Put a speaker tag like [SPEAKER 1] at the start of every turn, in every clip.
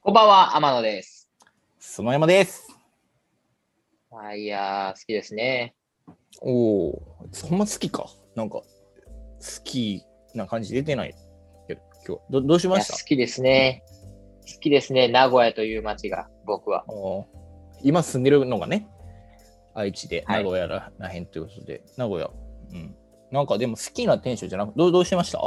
[SPEAKER 1] こんばんは、天野です。
[SPEAKER 2] 園山です。
[SPEAKER 1] あいやー、好きですね。
[SPEAKER 2] おお、そんな好きか。なんか、好きな感じ出てないけど、今日どどうし
[SPEAKER 1] い
[SPEAKER 2] ま
[SPEAKER 1] や
[SPEAKER 2] し
[SPEAKER 1] 好
[SPEAKER 2] た
[SPEAKER 1] きですね。好きですね、名古屋という街が、僕は。
[SPEAKER 2] おー今住んでるのがね、愛知で、
[SPEAKER 1] は
[SPEAKER 2] 名
[SPEAKER 1] い
[SPEAKER 2] 古屋ららへんということで、名古屋、うん。なんかでも好きな店主じゃなくどうどうしました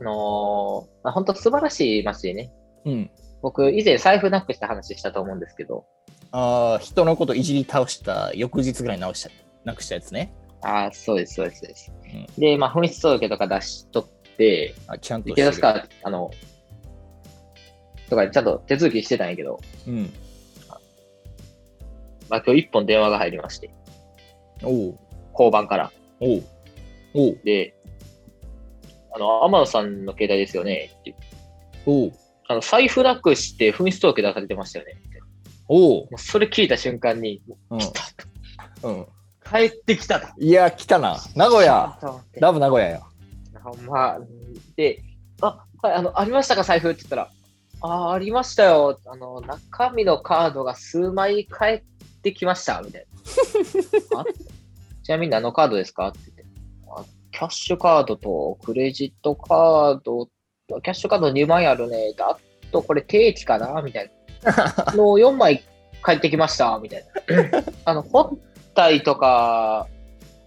[SPEAKER 1] あのーまあ、本当素晴らしい街でね、
[SPEAKER 2] うん。
[SPEAKER 1] 僕、以前財布なくした話したと思うんですけど、
[SPEAKER 2] ああ、人のこといじり倒した、翌日ぐらい直した、なくしたやつね。
[SPEAKER 1] ああ、そうです、そうです、そうです。で、まあ、紛失届とか出しとって、
[SPEAKER 2] あちゃん
[SPEAKER 1] 警
[SPEAKER 2] としてる
[SPEAKER 1] 察から、あの、とかちゃんと手続きしてたんやけど、
[SPEAKER 2] うん。
[SPEAKER 1] まあ、今日一本電話が入りまして、
[SPEAKER 2] おお
[SPEAKER 1] 交番から。
[SPEAKER 2] おうおう
[SPEAKER 1] で、あの、天野さんの携帯ですよね、って
[SPEAKER 2] おう
[SPEAKER 1] あの財布なくして紛失届出されてましたよね。
[SPEAKER 2] おう
[SPEAKER 1] もうそれ聞いた瞬間に、
[SPEAKER 2] うん
[SPEAKER 1] 来たと。
[SPEAKER 2] うん。
[SPEAKER 1] 帰ってきたと。
[SPEAKER 2] いや、来たな。名古屋。
[SPEAKER 1] と思って
[SPEAKER 2] ラブ名古屋よ。
[SPEAKER 1] ほんま。で、あ、はい、あの、ありましたか、財布って言ったら、あー、ありましたよ。あの、中身のカードが数枚返ってきました、みたいな。あちなみに何のカードですかって言ってあ、キャッシュカードとクレジットカード、キャッシュカード2枚あるね。あと、これ定期かなみたいな。の4枚返ってきました、みたいな。あの、本体とか、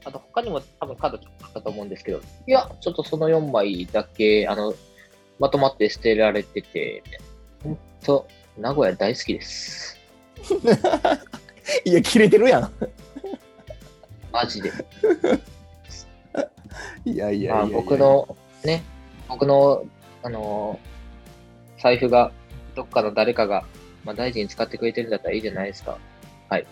[SPEAKER 1] あと他にも多分カードあったと思うんですけど、いや、ちょっとその4枚だけ、あの、まとまって捨てられてて、ほんと、名古屋大好きです。
[SPEAKER 2] いや、切れてるやん。
[SPEAKER 1] マジで。
[SPEAKER 2] いやいやいやいや
[SPEAKER 1] まあ、僕。の、ね、僕の、あのー財布が、どっかの誰かが、まあ、大事に使ってくれてるんだったらいいじゃないですか。はい。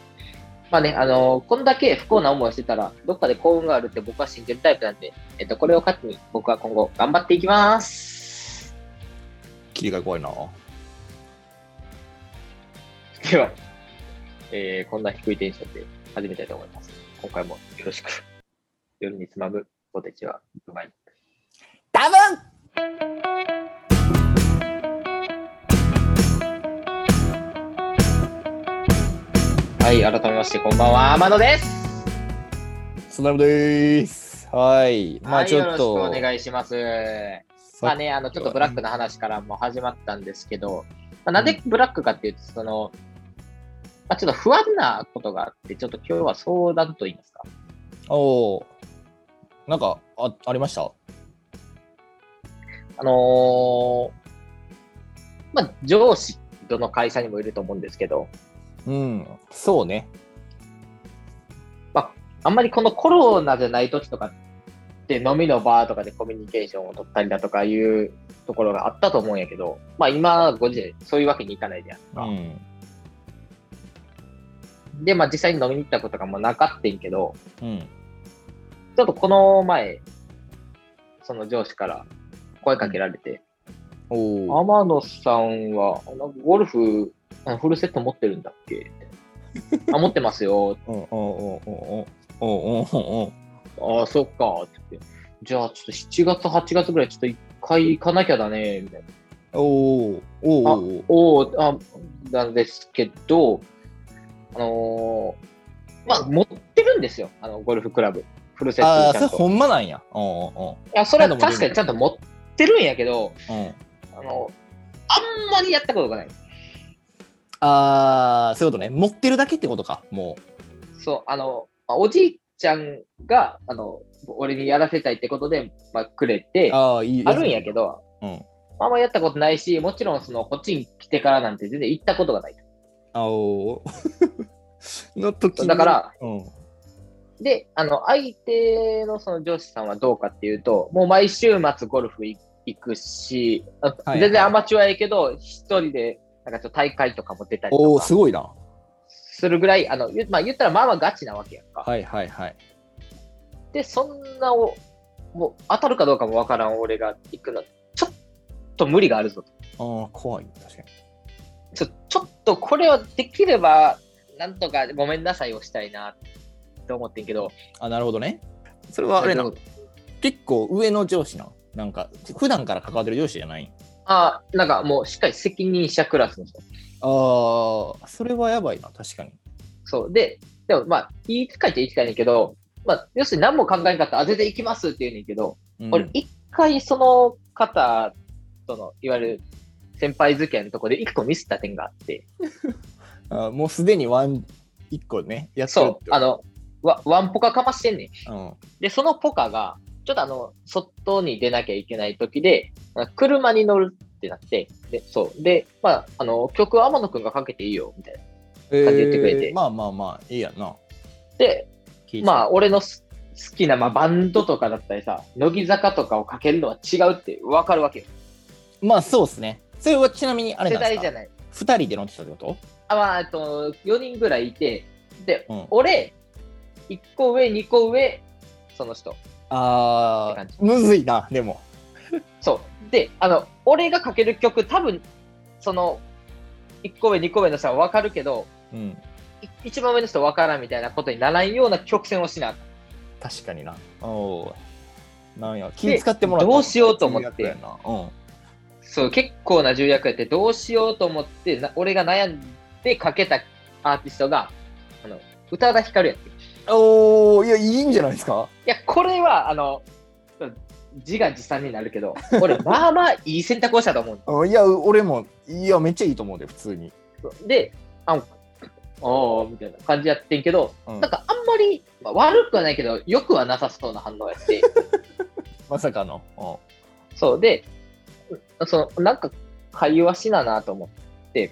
[SPEAKER 1] まあね、あのーこんだけ不幸な思いをしてたら、どっかで幸運があるって僕は信じるタイプなんで、えっと、これを糧に僕は今後頑張っていきます。
[SPEAKER 2] 切り替え怖いな。
[SPEAKER 1] では、えーこんな低いテンションで始めたいと思います。今回もよろしく。夜につまむポテチはうまい。
[SPEAKER 2] 多分
[SPEAKER 1] はい、改めましてこんばんは、天野です。
[SPEAKER 2] スナムでーす。はい。ま
[SPEAKER 1] は
[SPEAKER 2] あ
[SPEAKER 1] い
[SPEAKER 2] ちょっと。
[SPEAKER 1] よろしくお願いします。
[SPEAKER 2] さ
[SPEAKER 1] まあね、あの、ちょっとブラックの話からも始まったんですけど、まあ、なんでブラックかっていうと、その、まあ、ちょっと不安なことがあって、ちょっと今日は相談と言いますか。
[SPEAKER 2] おお。なんか、あ、ありました
[SPEAKER 1] あのーまあ、上司、どの会社にもいると思うんですけど、
[SPEAKER 2] うん。そうね。
[SPEAKER 1] あんまりこのコロナじゃない時とかって飲みの場とかでコミュニケーションを取ったりだとかいうところがあったと思うんやけど、まあ今ご時世そういうわけにいかないじゃん
[SPEAKER 2] う
[SPEAKER 1] か。
[SPEAKER 2] ん。
[SPEAKER 1] で、まあ実際に飲みに行ったことがもうなかったんけど、
[SPEAKER 2] うん。
[SPEAKER 1] ちょっとこの前、その上司から声かけられて、
[SPEAKER 2] おお。
[SPEAKER 1] 天野さんはあのゴルフあのフルセット持ってるんだっけみたいなあ、持ってますよ。
[SPEAKER 2] おおおおおおおおお
[SPEAKER 1] ああ、そっか。って言ってじゃあちょっと7月、8月ぐらいちょっと一回行かなきゃだね。みたいな。
[SPEAKER 2] おおお
[SPEAKER 1] あ
[SPEAKER 2] お
[SPEAKER 1] おーあなんですけど、あのーまあ、持ってるんですよ、あのゴルフクラブ、フルセ
[SPEAKER 2] あ
[SPEAKER 1] ッ
[SPEAKER 2] あ、
[SPEAKER 1] トちゃ
[SPEAKER 2] それ
[SPEAKER 1] んと。
[SPEAKER 2] ほんまなんや。おお
[SPEAKER 1] いやそれは確かにちゃんと持ってるんやけど、
[SPEAKER 2] おうん。
[SPEAKER 1] あのあんまりやったことがない。
[SPEAKER 2] ああ、そういうことね。持ってるだけってことか。も
[SPEAKER 1] そうあのまあおじいちゃんがあの俺にやらせたいってことで、まあ、くれて
[SPEAKER 2] う。ああ、いい。
[SPEAKER 1] あるんやけ。ど、
[SPEAKER 2] うん。
[SPEAKER 1] あんまりやったことないし、もちろんそのこっちに来てからなんて全然行ったことがない。
[SPEAKER 2] あおー の時に
[SPEAKER 1] だから、
[SPEAKER 2] うん、
[SPEAKER 1] で、あの、相手のその上司さんはどうかっていうと、もう毎週末ゴルフい行くし、あ
[SPEAKER 2] いはい
[SPEAKER 1] 全然アマチュアやけど、一人で、なんかちょっと大会とかも出たり
[SPEAKER 2] お
[SPEAKER 1] と
[SPEAKER 2] お
[SPEAKER 1] か
[SPEAKER 2] すごいな
[SPEAKER 1] するぐらい、あの、言,、まあ、言ったらまあまあガチなわけやんか。
[SPEAKER 2] はいはいはい
[SPEAKER 1] で、そんなお、もう当たるかどうかもわからん俺が行くの、ちょっと無理があるぞと。
[SPEAKER 2] ああ怖い確かに
[SPEAKER 1] ちょちょっとこれはできれば、なんとかごめんなさいをしたいなって思ってんけど、
[SPEAKER 2] あなるほどねそれはあれな
[SPEAKER 1] どう
[SPEAKER 2] 結構上の上司ななんか普段から関わってる上司じゃない
[SPEAKER 1] ああ、なんかもうしっかり責任者クラスの人。
[SPEAKER 2] ああ、それはやばいな、確かに。
[SPEAKER 1] そう。で、でもまあ、言い使いっちゃ言い使いねんけど、まあ、要するに何も考えんかったら、あ、全然行きますって言うねんけど、
[SPEAKER 2] うん
[SPEAKER 1] 俺、一回その方との、いわゆる先輩付き合いのとこで一個ミスった点があって、
[SPEAKER 2] あもうすでにワン、一個ね、やってる
[SPEAKER 1] そう
[SPEAKER 2] って、
[SPEAKER 1] あの、わワンポカかましてんねん。
[SPEAKER 2] うん。
[SPEAKER 1] で、そのポカが、ちょっとあの、外に出なきゃいけない時で、あ車に乗るってなって、で、そう。で、まあ、あの、曲は天野くんがかけていいよ、みたいな。
[SPEAKER 2] え
[SPEAKER 1] 感じ言ってくれて
[SPEAKER 2] まあまあまあ、いいやんな。
[SPEAKER 1] で、
[SPEAKER 2] 聞いて
[SPEAKER 1] まあ、俺のす好きな、まあ、バンドとかだったりさ、乃木坂とかをかけるのは違うって分かるわけよ。
[SPEAKER 2] まあ、そうですね。それはちなみにあれ
[SPEAKER 1] 世
[SPEAKER 2] なんで
[SPEAKER 1] 代
[SPEAKER 2] す
[SPEAKER 1] じゃ
[SPEAKER 2] か
[SPEAKER 1] ない。
[SPEAKER 2] 二人で乗ってたってこ
[SPEAKER 1] あ、まあ、えっと、4人ぐらいいて、で、
[SPEAKER 2] と、うん、
[SPEAKER 1] 俺、1個上、2個上、その人。
[SPEAKER 2] あ
[SPEAKER 1] って
[SPEAKER 2] あ
[SPEAKER 1] 感じ、
[SPEAKER 2] むずいな、でも。
[SPEAKER 1] そう。で、あの、俺がかける曲、多分、その、1個上、2個上の人は分かるけど、
[SPEAKER 2] うん、
[SPEAKER 1] い一番上の人分からんみたいなことにならんような曲線をしなあかん。
[SPEAKER 2] 確かにな。おーなんや、気使ってもらった
[SPEAKER 1] どうしようと思って
[SPEAKER 2] 重要やなうん。
[SPEAKER 1] そう、結構な重役やって、どうしようと思って、な俺が悩んでかけたアーティストが、あの、宇多田ヒカルやってる。い
[SPEAKER 2] おおいや、いいんじゃないですか
[SPEAKER 1] や、これは、あの、自画自賛になるけど、俺、まあまあいい選択をしたと思う
[SPEAKER 2] うんいや、俺も、いや、めっちゃいいと思うで、普通に。
[SPEAKER 1] で、あの、おーみたいな感じやってんけど、
[SPEAKER 2] うん
[SPEAKER 1] なんかあんまり、まあ悪くはないけど、良くはなさそうな反応や って、
[SPEAKER 2] まさかの。う
[SPEAKER 1] そうで、そのなんか会話しななと思って、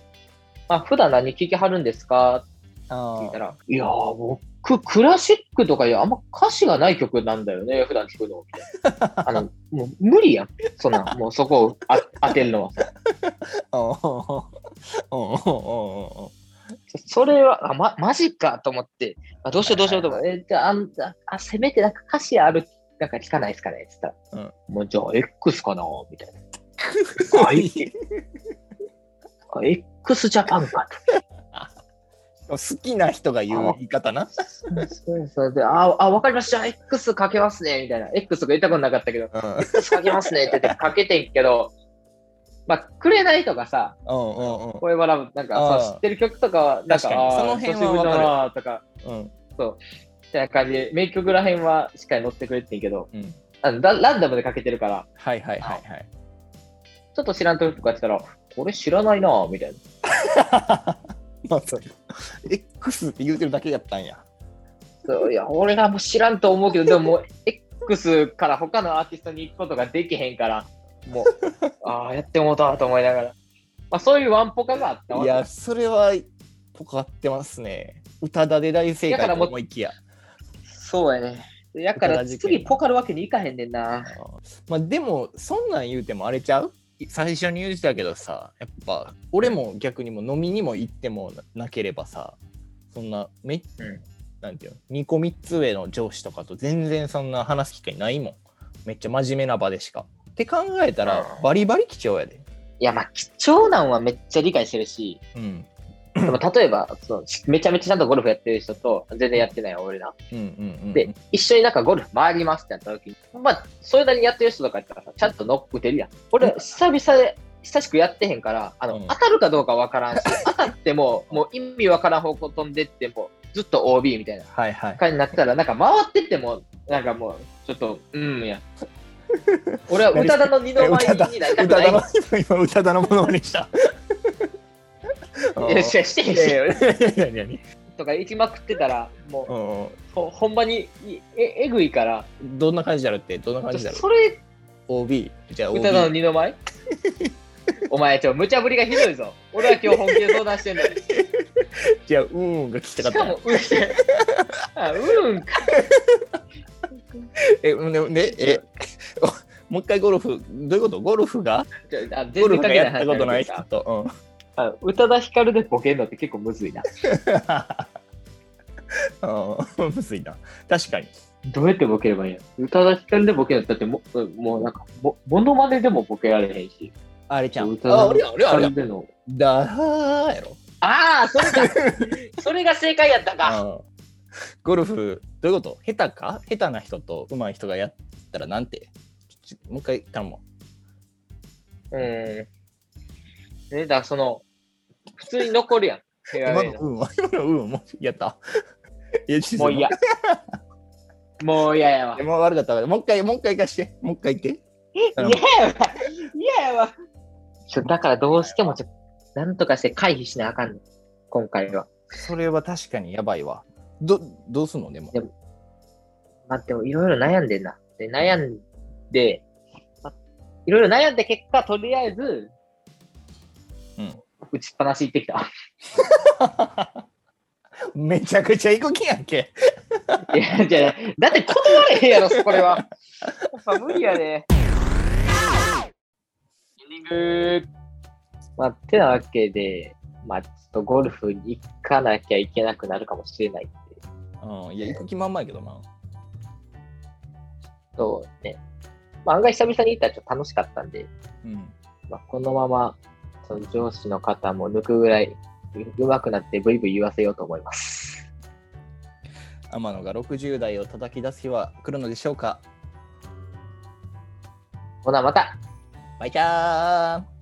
[SPEAKER 1] あ普段何聞きはるんですか
[SPEAKER 2] んあ
[SPEAKER 1] 聞いた
[SPEAKER 2] ー
[SPEAKER 1] ら、いやー、僕、クラシックとかいや、あんま歌詞がない曲なんだよ ね、普段聞くの。みたいなあの、もう無理やん。そんな、もうそこをあ当てるのは。
[SPEAKER 2] うんうんうんうんうんうん
[SPEAKER 1] それは、あ、ま、マジかと思って、あどうしようどうしようと思
[SPEAKER 2] は
[SPEAKER 1] って、えじゃあ、あんああ、せめてなんか歌詞ある、なんか聞かないですかねって言ったら、もうじゃあ X かなみたいな。あいいあ X ジャパンかと。
[SPEAKER 2] 好きな人が言う言い方な。
[SPEAKER 1] そうそうで、あ、あ、わかりました。X かけますね。みたいな。X とか言ったことなかったけど、
[SPEAKER 2] うん
[SPEAKER 1] X かけますねって言ってかけてんけど、まあ、くれないとかさ、
[SPEAKER 2] うんうんうん
[SPEAKER 1] これはラブなんか
[SPEAKER 2] あ
[SPEAKER 1] さ
[SPEAKER 2] ー
[SPEAKER 1] 知ってる曲とかは、なんか、
[SPEAKER 2] 確かに
[SPEAKER 1] あー
[SPEAKER 2] その辺は
[SPEAKER 1] 久しぶりだなとか、
[SPEAKER 2] うん
[SPEAKER 1] みたいな感じで、名曲らへんはしっかり載ってくれてんけど、
[SPEAKER 2] うん。
[SPEAKER 1] あのラランダムでかけてるから、
[SPEAKER 2] はいはいはいはい。
[SPEAKER 1] ちょっと知らん曲とかやってたら、これ知らないなぁみたいな。
[SPEAKER 2] まあ、それ X って言うてるだけやったんや。
[SPEAKER 1] そういや、俺がもう知らんと思うけど、でももう X から他のアーティストに行くことができへんから、もう、 ああ、やってもうたと思いながら。まあ、そういうワンポカがあったわ
[SPEAKER 2] い
[SPEAKER 1] け
[SPEAKER 2] や、それは、ぽかってますね。歌だで大正
[SPEAKER 1] だか
[SPEAKER 2] 解
[SPEAKER 1] ら
[SPEAKER 2] と
[SPEAKER 1] もう
[SPEAKER 2] 思いきや。
[SPEAKER 1] そうやね。やから次ポカるわけにいかへんねんな。
[SPEAKER 2] まあ、でも、そんなん言うてもあれちゃう最初に言うてたけどさ、やっぱ、俺も逆にもう飲みにも行ってもななければさ、そんな、め
[SPEAKER 1] うん
[SPEAKER 2] なんていうの、2個3つ上の上司とかと全然そんな話す機会ないもん。めっちゃ真面目な場でしか。って考えたら
[SPEAKER 1] う、ん
[SPEAKER 2] バリバリ貴重やで。
[SPEAKER 1] いや、まあ、貴重なんはめっちゃ理解してるし、
[SPEAKER 2] うん。
[SPEAKER 1] でも例えばその、めちゃめちゃちゃんとゴルフやってる人と、全然やってない俺ら。
[SPEAKER 2] うんうんうん。
[SPEAKER 1] で、一緒になんかゴルフ回りますってなった時に、まあ、それなりにやってる人とかやったらさ、ちゃんとノック打てるやん。俺、久々で、久しくやってへんから、あの、
[SPEAKER 2] うん
[SPEAKER 1] 当たるかどうかわからんし、当たっても、もう意味わからん方向飛んでっても、ずっと OB みたいな
[SPEAKER 2] はいはい。
[SPEAKER 1] 感じになってたら、なんか回ってっても、なんかもう、ちょっと、うんや。俺は宇多田の二の舞
[SPEAKER 2] 宇多田
[SPEAKER 1] になりた
[SPEAKER 2] 宇
[SPEAKER 1] く
[SPEAKER 2] 多
[SPEAKER 1] な
[SPEAKER 2] 田
[SPEAKER 1] い
[SPEAKER 2] の。 今宇多田のものまねした。
[SPEAKER 1] いやしてしてして
[SPEAKER 2] 何何
[SPEAKER 1] とか行きまくってたらも
[SPEAKER 2] うんう
[SPEAKER 1] うほほんまにいええぐいから
[SPEAKER 2] んどんな感じだろうってどんな感じだろう
[SPEAKER 1] それ
[SPEAKER 2] OB じゃあ OB
[SPEAKER 1] 歌の二の舞お前ちょ無茶ぶりがひどいぞ俺は今日本気で相談してんだよ
[SPEAKER 2] じゃあうーんが聞きたか
[SPEAKER 1] し
[SPEAKER 2] った
[SPEAKER 1] か
[SPEAKER 2] な
[SPEAKER 1] もうんってあうんか
[SPEAKER 2] えうんねえおもう一回ゴルフどういうことゴルフが
[SPEAKER 1] ちょあ全
[SPEAKER 2] ゴ
[SPEAKER 1] 然
[SPEAKER 2] ルフ
[SPEAKER 1] か
[SPEAKER 2] が
[SPEAKER 1] け
[SPEAKER 2] やったことない人と、うん
[SPEAKER 1] あ宇多田ヒカルでボケんのって結構むずいな
[SPEAKER 2] うん、 むずいな確かに
[SPEAKER 1] どうやってボケればいいの宇多田ヒカルでボケるのだってももうなんかもモノマネでもボケられへんし
[SPEAKER 2] あれちゃん
[SPEAKER 1] 宇多
[SPEAKER 2] あ
[SPEAKER 1] 田
[SPEAKER 2] あれやんあれやんあれやん
[SPEAKER 1] での
[SPEAKER 2] だーやろ
[SPEAKER 1] ああそれ かそれが正解やったか
[SPEAKER 2] うんゴルフどういうこと下手か下手な人と上手い人がやったらなんてちょもう一回頼も
[SPEAKER 1] うん。ね、だからその、普通に残るやん。フェアウェ
[SPEAKER 2] 今
[SPEAKER 1] イ
[SPEAKER 2] の
[SPEAKER 1] の。
[SPEAKER 2] 運は、今の運はもうやった。 いや、ちょっと
[SPEAKER 1] もう嫌。もう嫌やわ。
[SPEAKER 2] もう悪かったから、もう一回、もう一回行かして。もう一回行って。
[SPEAKER 1] 嫌やわ。嫌やわ。ちょだからどうしてもちょっと、なんとかして回避しなあかんの。今回は。
[SPEAKER 2] それは確かにやばいわ。ど、どうすんのでも
[SPEAKER 1] で。もまあ、でもいろいろ悩んでんな。で、悩んで、まあいろいろ悩んで結果、とりあえず、
[SPEAKER 2] うん
[SPEAKER 1] 打ちっぱなし行ってきた。
[SPEAKER 2] めちゃくちゃ行く気やんけ。
[SPEAKER 1] いや、じゃあだって断れへんやろ、これは。やっぱ無理やで。エンディング。まあ、てなわけで、まあ、ちょっとゴルフに行かなきゃいけなくなるかもしれないっていう
[SPEAKER 2] うん、いや、行く気満々やけどな。
[SPEAKER 1] そうね。まあ、案外久々に行ったらちょっと楽しかったんで、
[SPEAKER 2] うん。
[SPEAKER 1] まあ、このままその上司の方も抜くぐらいうまくなってブイブイ言わせようと思います。
[SPEAKER 2] 天野が60代を叩き出す日は来るのでしょうか。
[SPEAKER 1] ほなまた
[SPEAKER 2] バイチャー